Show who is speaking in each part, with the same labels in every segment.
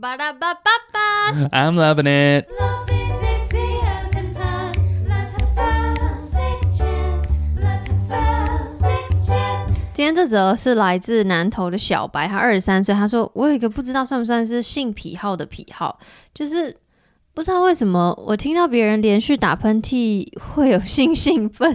Speaker 1: 巴拉巴巴巴。
Speaker 2: I'm loving it.
Speaker 3: Love is sexy as in time. Let's have a six chance. Let's have a six chance.
Speaker 1: 今天这则是来自南投的小白，他二十三岁，他说：“我有一个不知道算不算是性癖好的癖好，就是不知道为什么我听到别人连续打喷嚏会有性兴奋，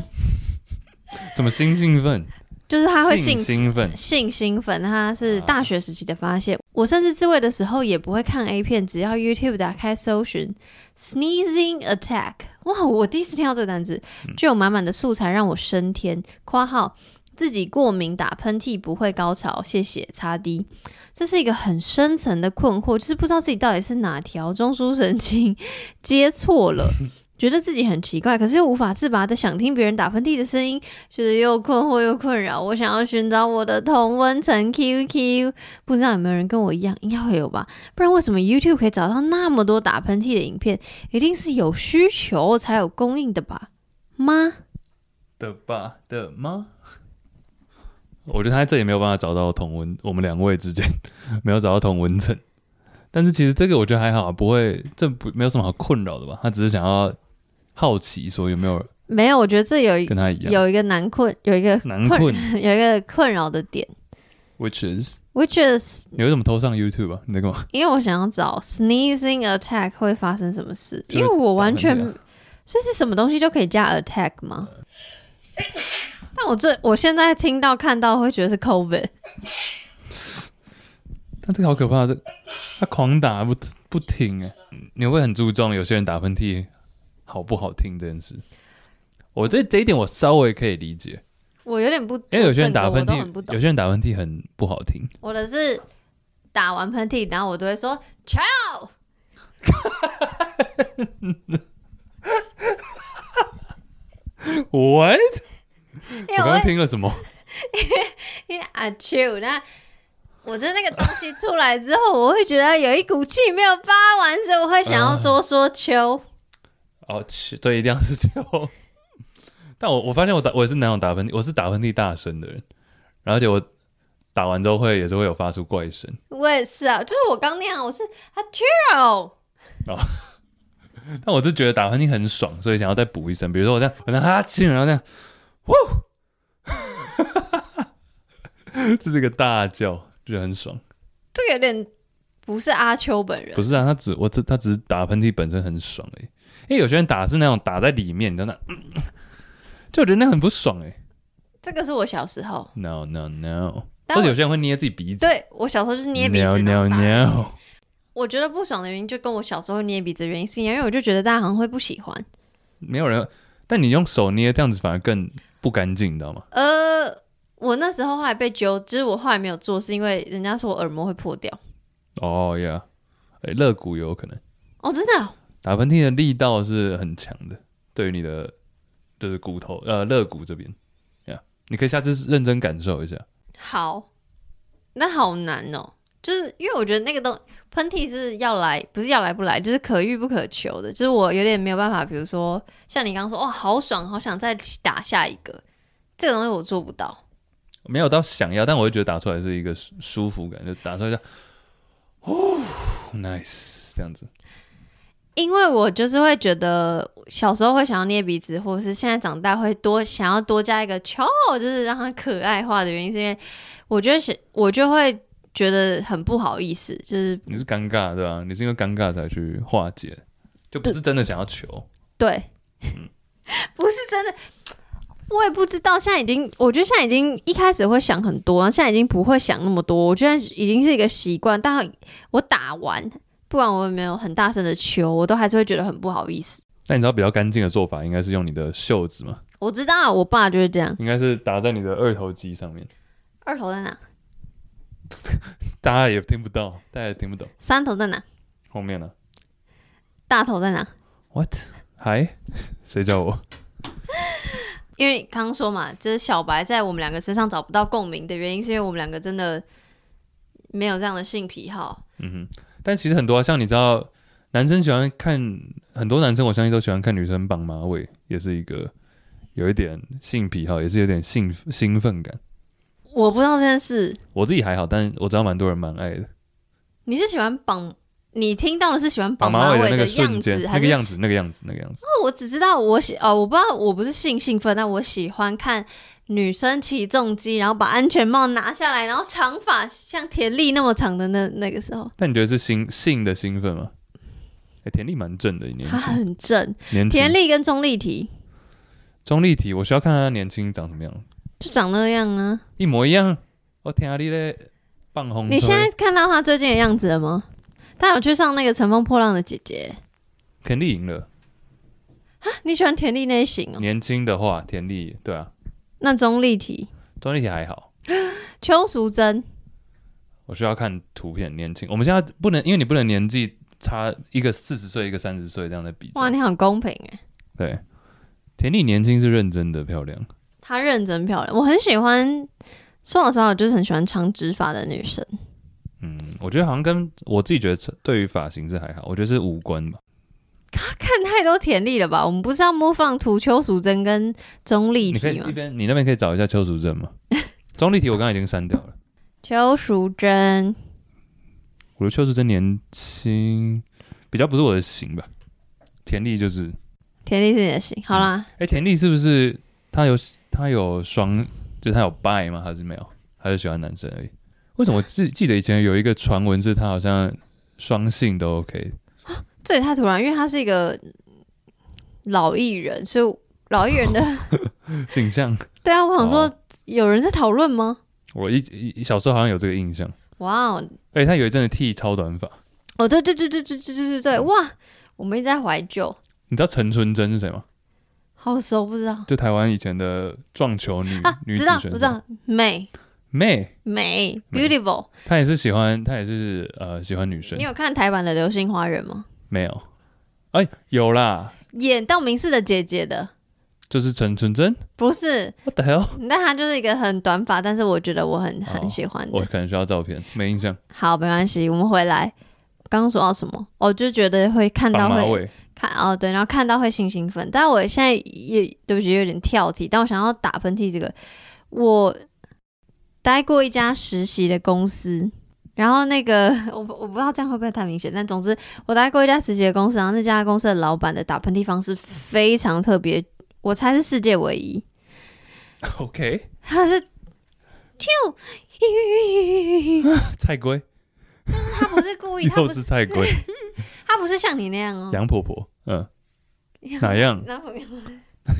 Speaker 2: 什么新兴奋？
Speaker 1: 就是他会
Speaker 2: 性
Speaker 1: 兴
Speaker 2: 兴奋。
Speaker 1: 性兴奋，他是大学时期的发现。我甚至自慰的时候也不会看 A 片，只要 YouTube 打开搜寻 sneezing attack，哇，我第一次听到这个单词，就有满满的素材让我升天。（括号自己过敏打喷嚏不会高潮，谢谢擦 D）。这是一个很深层的困惑，就是不知道自己到底是哪条中枢神经接错了。觉得自己很奇怪，可是又无法自拔的想听别人打喷嚏的声音，就是又困惑又困扰，我想要寻找我的同温层 QQ，不知道有没有人跟我一样，应该会有吧？不然为什么 YouTube 可以找到那么多打喷嚏的影片？一定是有需求才有供应的吧？吗？
Speaker 2: 的吧的吗？我觉得他这也没有办法找到同文，我们两位之间没有找到同文层。但是其实这个我觉得还好，不会，这不没有什么好困扰的吧？他只是想要好奇，说有没有
Speaker 1: 没有，我觉得这有一
Speaker 2: 跟他一样
Speaker 1: 有一个难困，有一个
Speaker 2: 难困
Speaker 1: 有一个困扰的点
Speaker 2: ，which is
Speaker 1: ，which is
Speaker 2: 你为什么偷上 YouTube 啊？你在干嘛？
Speaker 1: 因为我想要找 sneezing attack 会发生什么事，
Speaker 2: 就是
Speaker 1: 因为我完全
Speaker 2: 打喷嚏，啊
Speaker 1: 所以是什么东西就可以加 attack 吗？但我最我现在听到看到会觉得是 COVID，
Speaker 2: 但这个好可怕，这他狂打不不停哎、你会很注重有些人打喷嚏好不好听这件事。我这这一点我稍微可以理解，
Speaker 1: 我有点不，
Speaker 2: 因为有些人
Speaker 1: 我整
Speaker 2: 打
Speaker 1: 个
Speaker 2: 喷
Speaker 1: 我都很不
Speaker 2: 嚏，有
Speaker 1: 懂。
Speaker 2: 些人打喷嚏很不好听。
Speaker 1: 我的是打完喷嚏，然后我都会说 “chow”，因
Speaker 2: What？
Speaker 1: 为
Speaker 2: 嗯
Speaker 1: 我
Speaker 2: 我刚刚
Speaker 1: 会
Speaker 2: 听了什么？
Speaker 1: 因为 “a chew”，那我的那个东西出来之后，我会觉得有一股气没有发完，所以我会想要
Speaker 2: 啊
Speaker 1: 多说 “chow”。
Speaker 2: 哦，去，对，一定要是球。 但我我发现我打我也是那种打喷嚏，我是打喷嚏大声的人，然后而且我打完之后会也是会有发出怪声，
Speaker 1: 我也是啊，就是我刚那样，我是啊 “a chew”。
Speaker 2: 但我是觉得打喷嚏很爽，所以想要再补一声，比如说我这样，我这样哈气，然后这样，哇，这是一个大叫，就觉得很爽。
Speaker 1: 这个有点不是阿秋本人
Speaker 2: 不，是啊，他只我只他只是打喷嚏本身很爽哎、因为有些人打是那种打在里面，你知道那，就我觉得那很不爽哎、
Speaker 1: 这个是我小时候，
Speaker 2: No no no，
Speaker 1: 但
Speaker 2: 或者
Speaker 1: 我
Speaker 2: 有些人会捏自己鼻子，
Speaker 1: 对我小时候就是捏鼻
Speaker 2: No
Speaker 1: 子。
Speaker 2: no
Speaker 1: 然后打
Speaker 2: no，
Speaker 1: 我觉得不爽的原因就跟我小时候捏鼻子的原因是一样，因为我就觉得大家好像会不喜欢。
Speaker 2: 没有人。但你用手捏这样子反而更不干净，你知道吗？
Speaker 1: 呃，我那时候后来被揪，就是我后来没有做，是因为人家说我耳膜会破掉。
Speaker 2: 哦、yeah，哎，肋骨也有可能。
Speaker 1: 哦，真的哦、
Speaker 2: 打喷嚏的力道是很强的，对于你的就是骨头呃肋骨这边，yeah，你可以下次认真感受一下。
Speaker 1: 好，那好难哦。就是因为我觉得那个东喷嚏是要来，不是要来不来，就是可遇不可求的。就是我有点没有办法，比如说像你刚刚说，哦，好爽，好想再打下一个，这个东西我做不到。
Speaker 2: 没有到想要，但我会觉得打出来是一个舒舒服感，就打出来就，哦，nice 这样子。
Speaker 1: 因为我就是会觉得小时候会想要捏鼻子，或者是现在长大会多想要多加一个“球”，就是让它可爱化的原因，是因为我觉得是，我就会觉得很不好意思，就是
Speaker 2: 你是尴尬对吧、你是因为尴尬才去化解，就不是真的想要求。
Speaker 1: 对， 不是真的，我也不知道。现在已经，我觉得现在已经一开始会想很多，现在已经不会想那么多。我觉得已经是一个习惯，但我打完，不管我有没有很大声的求，我都还是会觉得很不好意思。
Speaker 2: 但你知道比较干净的做法应该是用你的袖子嘛，
Speaker 1: 我知道我爸就是这样，
Speaker 2: 应该是打在你的二头肌上面。
Speaker 1: 二头在哪？
Speaker 2: 大家也听不到，大家也听不懂
Speaker 1: 三头在哪？
Speaker 2: 后面呢、
Speaker 1: 大头在哪？
Speaker 2: What？嗨，谁叫我？
Speaker 1: 因为你刚刚说嘛，就是小白在我们两个身上找不到共鸣的原因，是因为我们两个真的没有这样的性癖好。
Speaker 2: 嗯哼，但其实很多、啊、像你知道，男生喜欢看很多男生，我相信都喜欢看女生绑马尾，也是一个有一点性癖好，也是有点兴兴奋感。
Speaker 1: 我不知道这件事，
Speaker 2: 我自己还好，但我知道蛮多人蛮爱的。
Speaker 1: 你是喜欢绑你听到的是喜欢
Speaker 2: 绑
Speaker 1: 绑马
Speaker 2: 尾的那个瞬
Speaker 1: 样
Speaker 2: 间
Speaker 1: 子，，还
Speaker 2: 那
Speaker 1: 是
Speaker 2: 个样子，那个样子，那个样子。
Speaker 1: 哦，我只知道我喜哦，我不知道我不是性兴奋，但我喜欢看女生起重机，然后把安全帽拿下来，然后长发像田丽那么长的那那个时候，
Speaker 2: 但你觉得是兴性的兴奋吗？哎，田丽蛮正的，年
Speaker 1: 她
Speaker 2: 轻，
Speaker 1: 很正。
Speaker 2: 年轻
Speaker 1: 田。丽跟钟丽缇
Speaker 2: 钟丽缇，我需要看她年轻长什么样，
Speaker 1: 就长那样啊。
Speaker 2: 一模一样。我天啊，你嘞，棒红吹。
Speaker 1: 你现在看到她最近的样子了吗？她有去上那个《乘风破浪的姐姐
Speaker 2: 田丽赢了，》
Speaker 1: 啊你喜欢田丽那一型哦？
Speaker 2: 年轻的话，田丽对啊，
Speaker 1: 那钟丽缇、
Speaker 2: 钟丽缇还好。
Speaker 1: 邱淑贞，
Speaker 2: 我需要看图片，年轻。我们现在不能，因为你不能年纪差一个四十岁，一个三十岁这样的比较
Speaker 1: 哇，。你很公平哎。
Speaker 2: 对，田丽年轻是认真的漂亮，
Speaker 1: 她认真漂亮，我很喜欢。说老实话，我就是很喜欢长直发的女生。
Speaker 2: 嗯，我觉得好像跟我自己觉得对于发型是还好，我觉得是无关吧。
Speaker 1: 看太多田丽了吧？我们不是要 move on 涂邱淑贞跟钟丽
Speaker 2: 你可
Speaker 1: 缇
Speaker 2: 以一
Speaker 1: 吗？
Speaker 2: 边你那边可以找一下邱淑贞 吗？钟丽缇我刚刚已经删掉了，
Speaker 1: 邱淑贞，
Speaker 2: 我觉得邱淑贞年轻比较不是我的型吧。田丽就是，
Speaker 1: 田丽是你的型。好啦，
Speaker 2: 哎、田丽是不是她有她有双，就是她有 bi 吗？还是没有？她就喜欢男生而已？为什么我记记得以前有一个传闻是她好像双性都 OK？
Speaker 1: 这也太突然，因为她是一个老艺人，所以老艺人的
Speaker 2: 性向，
Speaker 1: 对啊，我想说
Speaker 2: 哦，
Speaker 1: 有人在讨论吗？
Speaker 2: 我一一小时候好像有这个印象。
Speaker 1: 哇哦，
Speaker 2: 而且她有一阵子剃超短发，
Speaker 1: 哦，对对对对对对对对对，哇，我们一直在怀旧，
Speaker 2: 你知道陈纯真是谁吗？
Speaker 1: 好熟，不知道
Speaker 2: 就台湾以前的撞球女、
Speaker 1: 啊，
Speaker 2: 女
Speaker 1: 知
Speaker 2: 子
Speaker 1: 道
Speaker 2: 选
Speaker 1: 不
Speaker 2: 手，
Speaker 1: 知道，美
Speaker 2: 妹，
Speaker 1: 美
Speaker 2: 美
Speaker 1: beautiful，
Speaker 2: 她也是喜欢，她也是呃喜欢女生
Speaker 1: 你，有看台版的《流星花园》吗？
Speaker 2: 没有？哎、有啦，
Speaker 1: 演道明寺的姐姐的，
Speaker 2: 就是陈纯真
Speaker 1: 不是。
Speaker 2: ，What the hell？
Speaker 1: 那他就是一个很短发，但是我觉得我很
Speaker 2: 哦
Speaker 1: 很喜欢的。
Speaker 2: 我可能需要照片，没印象。
Speaker 1: 好，没关系，我们回来。刚刚说到什么？我、就觉得会看到
Speaker 2: 绑马
Speaker 1: 会
Speaker 2: 尾，
Speaker 1: 看哦，对，然后看到会性兴奋。但我现在也对不起，有点跳题，但我想要打喷嚏。这个我待过一家实习的公司，然后那个 我不我不知道这样会不会太明显，但总之我待过一家实习的公司，然后那家公司的老板的打喷嚏方式非常特别，我猜是世界唯一。
Speaker 2: OK，
Speaker 1: 他是就，
Speaker 2: 菜龟
Speaker 1: 他不是故意，他
Speaker 2: 又
Speaker 1: 不是
Speaker 2: 是菜龟，
Speaker 1: 他不是像你那样哦，
Speaker 2: 杨婆婆，嗯，哪样？
Speaker 1: 然后 真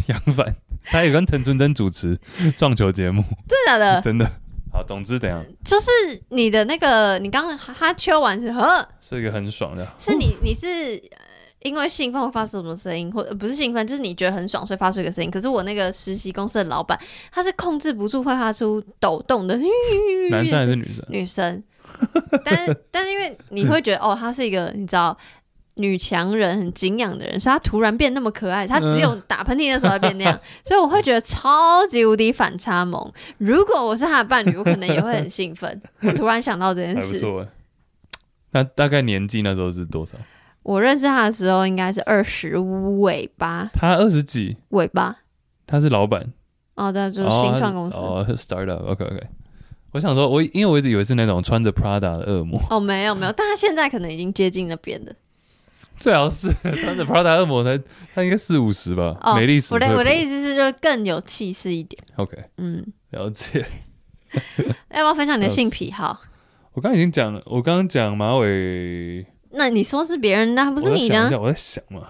Speaker 2: 杨凡，她也跟陈纯真 主持撞球节目，
Speaker 1: 的假的？
Speaker 2: 真的。好，总之怎样，
Speaker 1: 就是你的那个，你刚刚哈秋完是呵，
Speaker 2: 是一个很爽的。
Speaker 1: 是你你是呃因为兴奋会发出什么声音，或呃不是兴奋，就是你觉得很爽，所以发出一个声音。可是我那个实习公司的老板，他是控制不住会发出抖动的
Speaker 2: 男生还是女生？
Speaker 1: 女生， 但是但是因为你会觉得哦，她是一个你知道女强人，很敬仰的人，所以她突然变那么可爱，她只有打喷嚏的时候才变那 样，所以我会觉得超级无敌反差萌。如果我是她的伴侣，我可能也会很兴奋。我突然想到这件
Speaker 2: 还不
Speaker 1: 事，
Speaker 2: 错欸。那大概年纪那时候是多少？
Speaker 1: 我认识她的时候应该是二十尾巴
Speaker 2: 他二十几，
Speaker 1: 尾巴。
Speaker 2: 他是老板，
Speaker 1: 哦，对，就是新创公司。哦
Speaker 2: 哦他是哦，startup，OK OK。我想说，我因为我一直以为是那种穿着 Prada 的恶魔，
Speaker 1: 哦没有没有，但她现在可能已经接近那边的。
Speaker 2: 最好是穿着 Prada 恶魔才，他应该四五十吧，
Speaker 1: 哦，
Speaker 2: 美丽史
Speaker 1: 我
Speaker 2: 翠
Speaker 1: 的
Speaker 2: 普。
Speaker 1: 我的意思是，就更有气势一点。
Speaker 2: OK，
Speaker 1: 嗯，
Speaker 2: 了解。
Speaker 1: 要不要分享你的
Speaker 2: 笑
Speaker 1: 性
Speaker 2: 死
Speaker 1: 癖好？
Speaker 2: 我刚刚已经讲了，我刚刚讲马尾，
Speaker 1: 那你说是别人的，不是你
Speaker 2: 我在想
Speaker 1: 的。
Speaker 2: 一下，我在想嘛，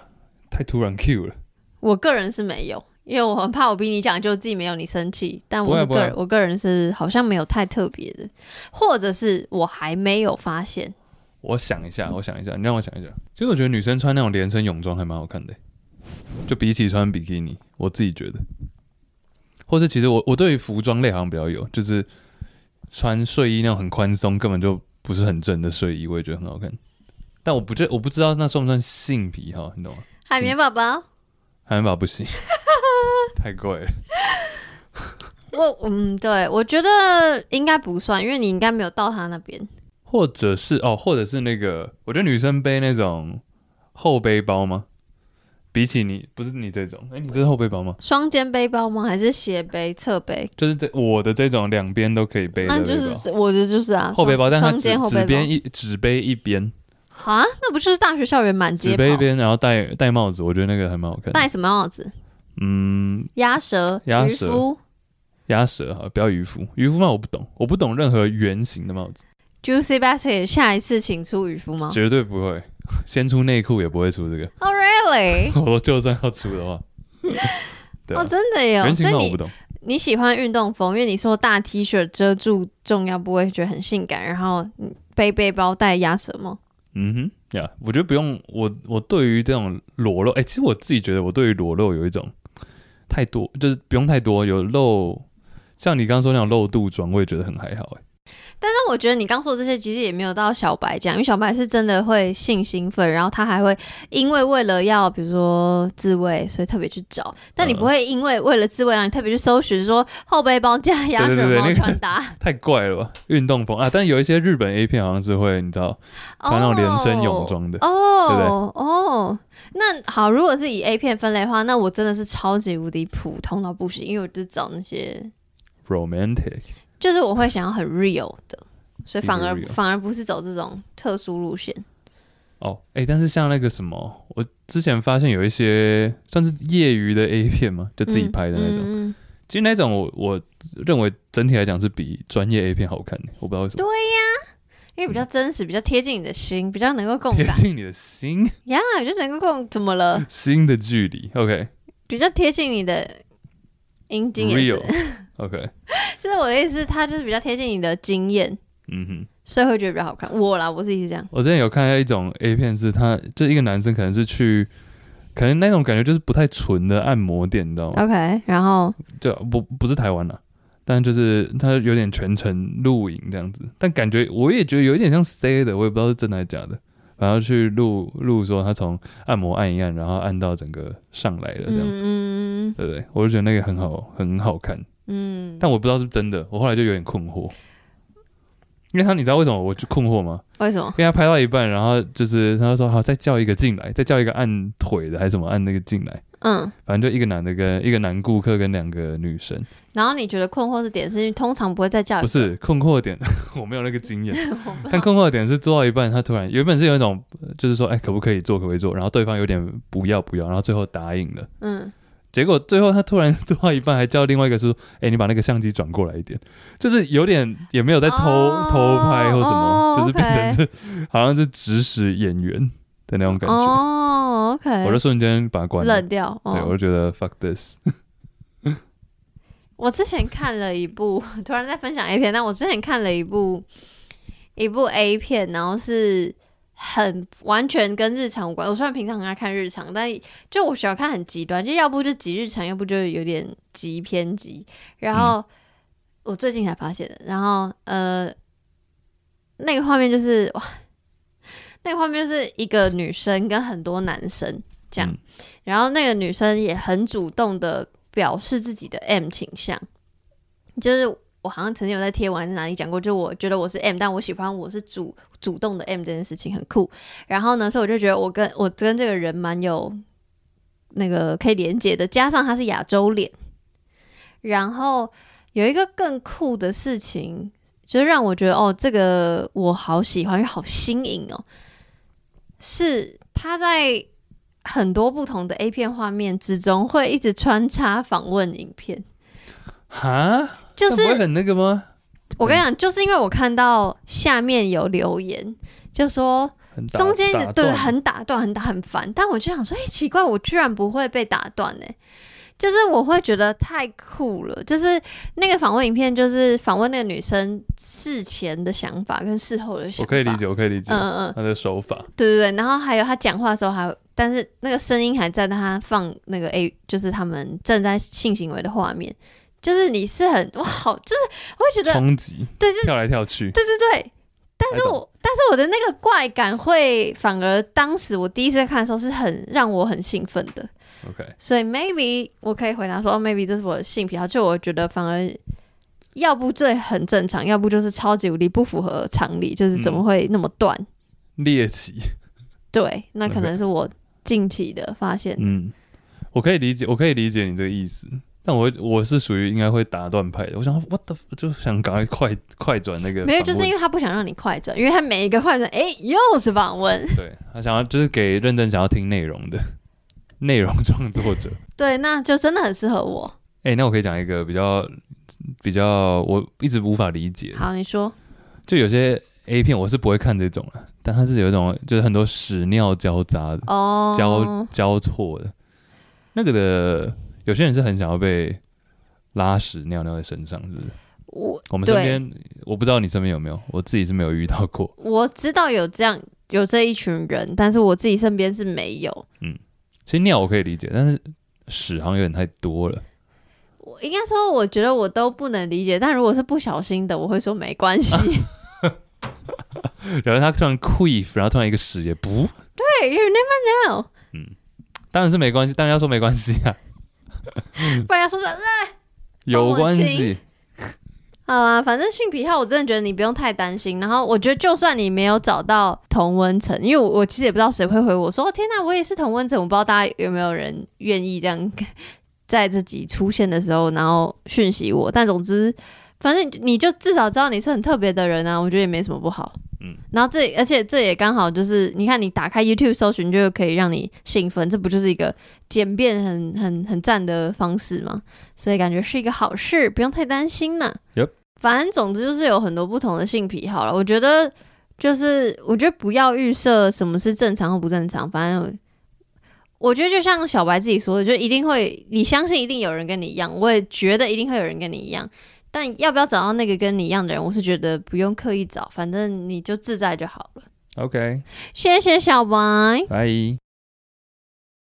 Speaker 2: 太突然 Q 了。
Speaker 1: 我个人是没有，因为我很怕我逼你讲，就自己没有你生气。但我是
Speaker 2: 不会
Speaker 1: 个
Speaker 2: 啊
Speaker 1: 人，我个人是好像没有太特别的，或者是我还没有发现。
Speaker 2: 我想一下，我想一下，你让我想一下。其实我觉得女生穿那种连身泳装还蛮好看的欸、就比起穿比基尼，我自己觉得。或是其实我我对于服装类好像比较有，就是穿睡衣那种很宽松，根本就不是很正的睡衣，我也觉得很好看。但我不知我不知道那算不算性癖哈，你懂吗？
Speaker 1: 海绵宝宝，
Speaker 2: 海绵宝不 行，太贵了。
Speaker 1: 我嗯，对，我觉得应该不算，因为你应该没有到他那边。
Speaker 2: 或者是哦，或者是那个，我觉得女生背那种后背包吗？比起你不是你这种，哎、你这是后背包吗？
Speaker 1: 双肩背包吗？还是斜背、侧背？
Speaker 2: 就是这我的这种两边都可以背的
Speaker 1: 那
Speaker 2: 背包，
Speaker 1: 就是我的就是啊，
Speaker 2: 后背包，但它
Speaker 1: 双
Speaker 2: 只
Speaker 1: 肩后
Speaker 2: 只
Speaker 1: 背包
Speaker 2: 边一只背一边，
Speaker 1: 哈，那不就是大学校园满
Speaker 2: 纸
Speaker 1: 街
Speaker 2: 杯
Speaker 1: 跑？
Speaker 2: 边，然后戴戴帽子，我觉得那个还蛮好看的。
Speaker 1: 戴什么帽子？
Speaker 2: 嗯，
Speaker 1: 鸭舌、
Speaker 2: 鸭
Speaker 1: 渔
Speaker 2: 舌
Speaker 1: 夫、
Speaker 2: 鸭舌哈，不要渔夫，渔夫帽我不懂，我不懂任何圆形的帽子，
Speaker 1: Juicy Basket，下一次请出渔夫吗
Speaker 2: 绝对不会。 先出内裤也不会出这个，
Speaker 1: ？Oh really？
Speaker 2: 我说就算要出 的话，对啊
Speaker 1: 哦，，真的耶！
Speaker 2: 圆
Speaker 1: 所
Speaker 2: 形
Speaker 1: 以
Speaker 2: 帽我
Speaker 1: 你
Speaker 2: 不懂，
Speaker 1: 你喜欢运动风，因为你说大 T 恤遮住重要部位觉得很性感，然后嗯背背包带鸭舌帽。
Speaker 2: 嗯哼呀，我觉得不用我我对于这种裸露，哎、其实我自己觉得我对于裸露有一种太多，就是不用太多，有露，像你刚刚说那种露肚装，我也觉得很还好、
Speaker 1: 啊
Speaker 2: 哎，
Speaker 1: 但是我觉得你刚说这些其实也没有到小白这样，因为小白是真的会性兴奋，然后他还会因为为了要比如说自慰，所以特别去找。但你
Speaker 2: 嗯
Speaker 1: 不会因为为了自慰，然后你特别去搜寻说后背包加鸭舌
Speaker 2: 对对对那
Speaker 1: 帽
Speaker 2: 个
Speaker 1: 穿搭，
Speaker 2: 太怪了吧？运动风啊，但有一些日本 A 片好像是会，你知道穿那种连身泳
Speaker 1: 哦
Speaker 2: 装的，对不
Speaker 1: 哦哦，那好，如果是以 A 片分类的话，那我真的是超级无敌普通到不行，因为我就找那些，
Speaker 2: romantic，
Speaker 1: 就是我会想要很 real 的，所以反而
Speaker 2: Be real
Speaker 1: 反而不是走这种特殊路线。
Speaker 2: 哦，哎、但是像那个什么，我之前发现有一些算是业余的 A 片嘛，就自己拍的那种。
Speaker 1: 嗯嗯嗯
Speaker 2: 其实那种我我认为整体来讲是比专业 A 片好看的，我不知道为什么。
Speaker 1: 因为比较真实，比较贴近你的心，比较能够共
Speaker 2: 贴
Speaker 1: 感
Speaker 2: 近你的心，
Speaker 1: 呀，比较能够共怎么了？
Speaker 2: 心的距离。OK，real，OK，、
Speaker 1: 比较贴近你的阴茎也是，
Speaker 2: OK，
Speaker 1: 就是我的意思，它就是比较贴近你的经验，
Speaker 2: 嗯哼。
Speaker 1: 所以会觉得比较好看。我啦，我自己是这样。
Speaker 2: 我之前有看到一种 A 片，是他就一个男生可能是去，可能那种感觉就是不太纯的按摩店，你知道吗？
Speaker 1: OK，然后
Speaker 2: 就不不是台湾了、但就是他有点全程露营这样子，但感觉我也觉得有一点像 C 的，我也不知道是真的还是假的。然后去录录说他从按摩按一按，然后按到整个上来了这样，
Speaker 1: 嗯嗯
Speaker 2: 对不对？我就觉得那个很好，很好看。
Speaker 1: 嗯，
Speaker 2: 但我不知道是不是真的，我后来就有点困惑，因为他你知道为什么我就困惑吗？
Speaker 1: 为什么？
Speaker 2: 因为他拍到一半，然后就是他说好再叫一个进来，再叫一个按腿的还是什么按那个进来，
Speaker 1: 嗯，
Speaker 2: 反正就一个男的跟一个男顾客跟两个女生，
Speaker 1: 然后你觉得困惑的点是因为通常不会再叫，
Speaker 2: 不是困惑点， 我没有那个经验，
Speaker 1: 我不知
Speaker 2: 但
Speaker 1: 道，
Speaker 2: 困惑点是做到一半，他突然原本是有一种就是说哎可不可以做可不可以做，然后对方有点不要不要，然后最后答应了。
Speaker 1: 嗯，
Speaker 2: 结果最后他突然做到一半，还叫另外一个说：“哎、你把那个相机转过来一点。”就是有点也没有在偷、
Speaker 1: 哦
Speaker 2: 偷拍或什么
Speaker 1: 哦
Speaker 2: 就是
Speaker 1: OK
Speaker 2: 变成是好像是指使演员的那种感觉。
Speaker 1: 哦，OK，
Speaker 2: 我就瞬间把它关了，
Speaker 1: 冷掉。
Speaker 2: 对
Speaker 1: 哦
Speaker 2: 我就，觉得 fuck this，
Speaker 1: 我之前看了一部， 突然在分享 A 片，但我之前看了一部一部 A 片，然后是。很完全跟日常无关。我虽然平常很爱看日常，但就我喜欢看很极端，就要不就极日常，要不就有点极偏激。然后、我最近才发现的，然后呃，那个画面就是哇，那个画面就是一个女生跟很多男生这样，
Speaker 2: 嗯
Speaker 1: 然后那个女生也很主动的表示自己的 M 倾向，就是。我好像曾经有在贴文还是哪里讲过，就我觉得我是 M，但我喜欢我是主主动的 M 这件事情很酷。然后呢，所以我就觉得我跟我跟这个人蛮有那个可以连接的，加上他是亚洲脸，然后有一个更酷的事情，就是让我觉得哦，这个我好喜欢，因为好新颖哦。是他在很多不同的 A 片画面之中，会一直穿插访问影片，
Speaker 2: 哈，
Speaker 1: 就
Speaker 2: 那不
Speaker 1: 是
Speaker 2: 会很那个吗？
Speaker 1: 我跟你讲，就是因为我看到下面有留言，就说
Speaker 2: 很打
Speaker 1: 中间一直
Speaker 2: 打
Speaker 1: 对
Speaker 2: 断
Speaker 1: 很打断，很打很烦。但我就想说，哎、奇怪，我居然不会被打断呢、就是我会觉得太酷了。就是那个访问影片，就是访问那个女生事前的想法跟事后的想法。
Speaker 2: 我可以理。解，我可以理解
Speaker 1: 嗯嗯嗯，
Speaker 2: 他的手法，
Speaker 1: 对对对。然后还有她讲话的时候还，但是那个声音还在，但她放那个 A，就是他们正在性行为的画面。就是你是很哇，好，就是我会觉得
Speaker 2: 冲击
Speaker 1: 对是
Speaker 2: 跳来跳去，
Speaker 1: 对对对，但是
Speaker 2: 还懂
Speaker 1: 我但是我的那个怪感会反而当时我第一次看的时候是很让我很兴奋的，
Speaker 2: OK，
Speaker 1: 所以 maybe 我可以回答说、哦、maybe 这是我的性癖好，就我觉得反而要不这很正常，要不就是超级无敌不符合常理，就是怎么
Speaker 2: 嗯
Speaker 1: 会那么断？
Speaker 2: 猎奇，
Speaker 1: 对，那可
Speaker 2: OK
Speaker 1: 能是我近期的发现。
Speaker 2: 嗯嗯，我可以理解，我可以理解你这个意思，但我我是属于应该会打断派的，我想说 what the f- 就想赶快快快转那个访问，
Speaker 1: 没有，就是因为他不想让你快转，因为他每一个快转，哎，又是访问。
Speaker 2: 对他想要就是给认真想要听内容的 内容创作者。
Speaker 1: 对，那就真的很适合我。
Speaker 2: 哎、那我可以讲一个比较比较我一直无法理解的，
Speaker 1: 好，你说，
Speaker 2: 就有些 A 片我是不会看这种啊，但它是有一种就是很多屎尿交杂的。
Speaker 1: 哦，
Speaker 2: 交交错的。那个的有些人是很想要被拉屎尿尿在身上，是不是？
Speaker 1: 我
Speaker 2: 我们身
Speaker 1: 对
Speaker 2: 边我不知道你身边有没有，我自己是没有遇到过。
Speaker 1: 我知道有这样有这一群人，但是我自己身边是没有。
Speaker 2: 其实尿我可以理解，但是屎好像有点太多了。
Speaker 1: 我应该说，我觉得我都不能理解，但如果是不小心的，我会说没关系。
Speaker 2: 然后他突然 queef，然后突然一个屎也不，
Speaker 1: 对，You never know。
Speaker 2: 当然是没关系，当然要说没关系啊，
Speaker 1: 不然说是
Speaker 2: 有关
Speaker 1: 帮我
Speaker 2: 系
Speaker 1: 清。好啦，反正性癖好，我真的觉得你不用太担心。然后我觉得，就算你没有找到同温层，因为我我其实也不知道谁会回我说：“哦天哪，我也是同温层。”我不知道大家有没有人愿意这样在自己出现的时候，然后讯息我。但总之，反正你就至少知道你是很特别的人啊，我觉得也没什么不好。
Speaker 2: 嗯
Speaker 1: 嗯，然后这而且这也刚好就是，你看你打开 YouTube 搜寻就可以让你兴奋，这不就是一个简便很很很赞的方式吗？所以感觉是一个好事，不用太担心呢。
Speaker 2: Yep
Speaker 1: 反正总之就是有很多不同的性癖好了。我觉得就是，我觉得不要预设什么是正常或不正常，反正我觉得就像小白自己说的，就一定会，你相信一定有人跟你一样，我也觉得一定会有人跟你一样。但要不要找到那个跟你一样的人，我是觉得不用刻意找，反正你就自在就好了。
Speaker 2: OK，
Speaker 1: 谢谢小白。
Speaker 2: 拜。